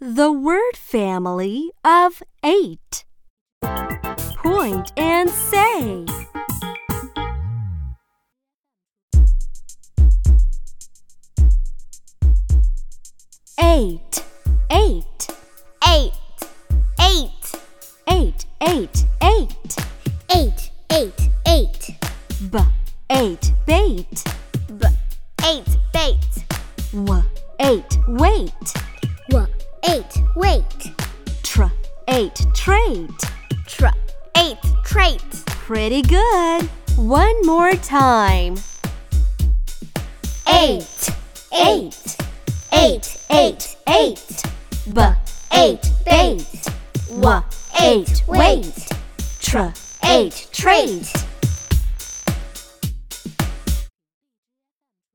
The word family of eight. Point and say. Eight, eight, Eight, eight, eight, eight, eight. eight, eight, eight. B, eight, bait. B, eight, bait. W, eight, wait. W, eight, wait. Tr, eight, trait. Tr, eight, trait. Pretty good. One more time. Eight, eight, eight, eight, eight. B, Eight, bait. W, eight, wait. Tr, Eight, trait.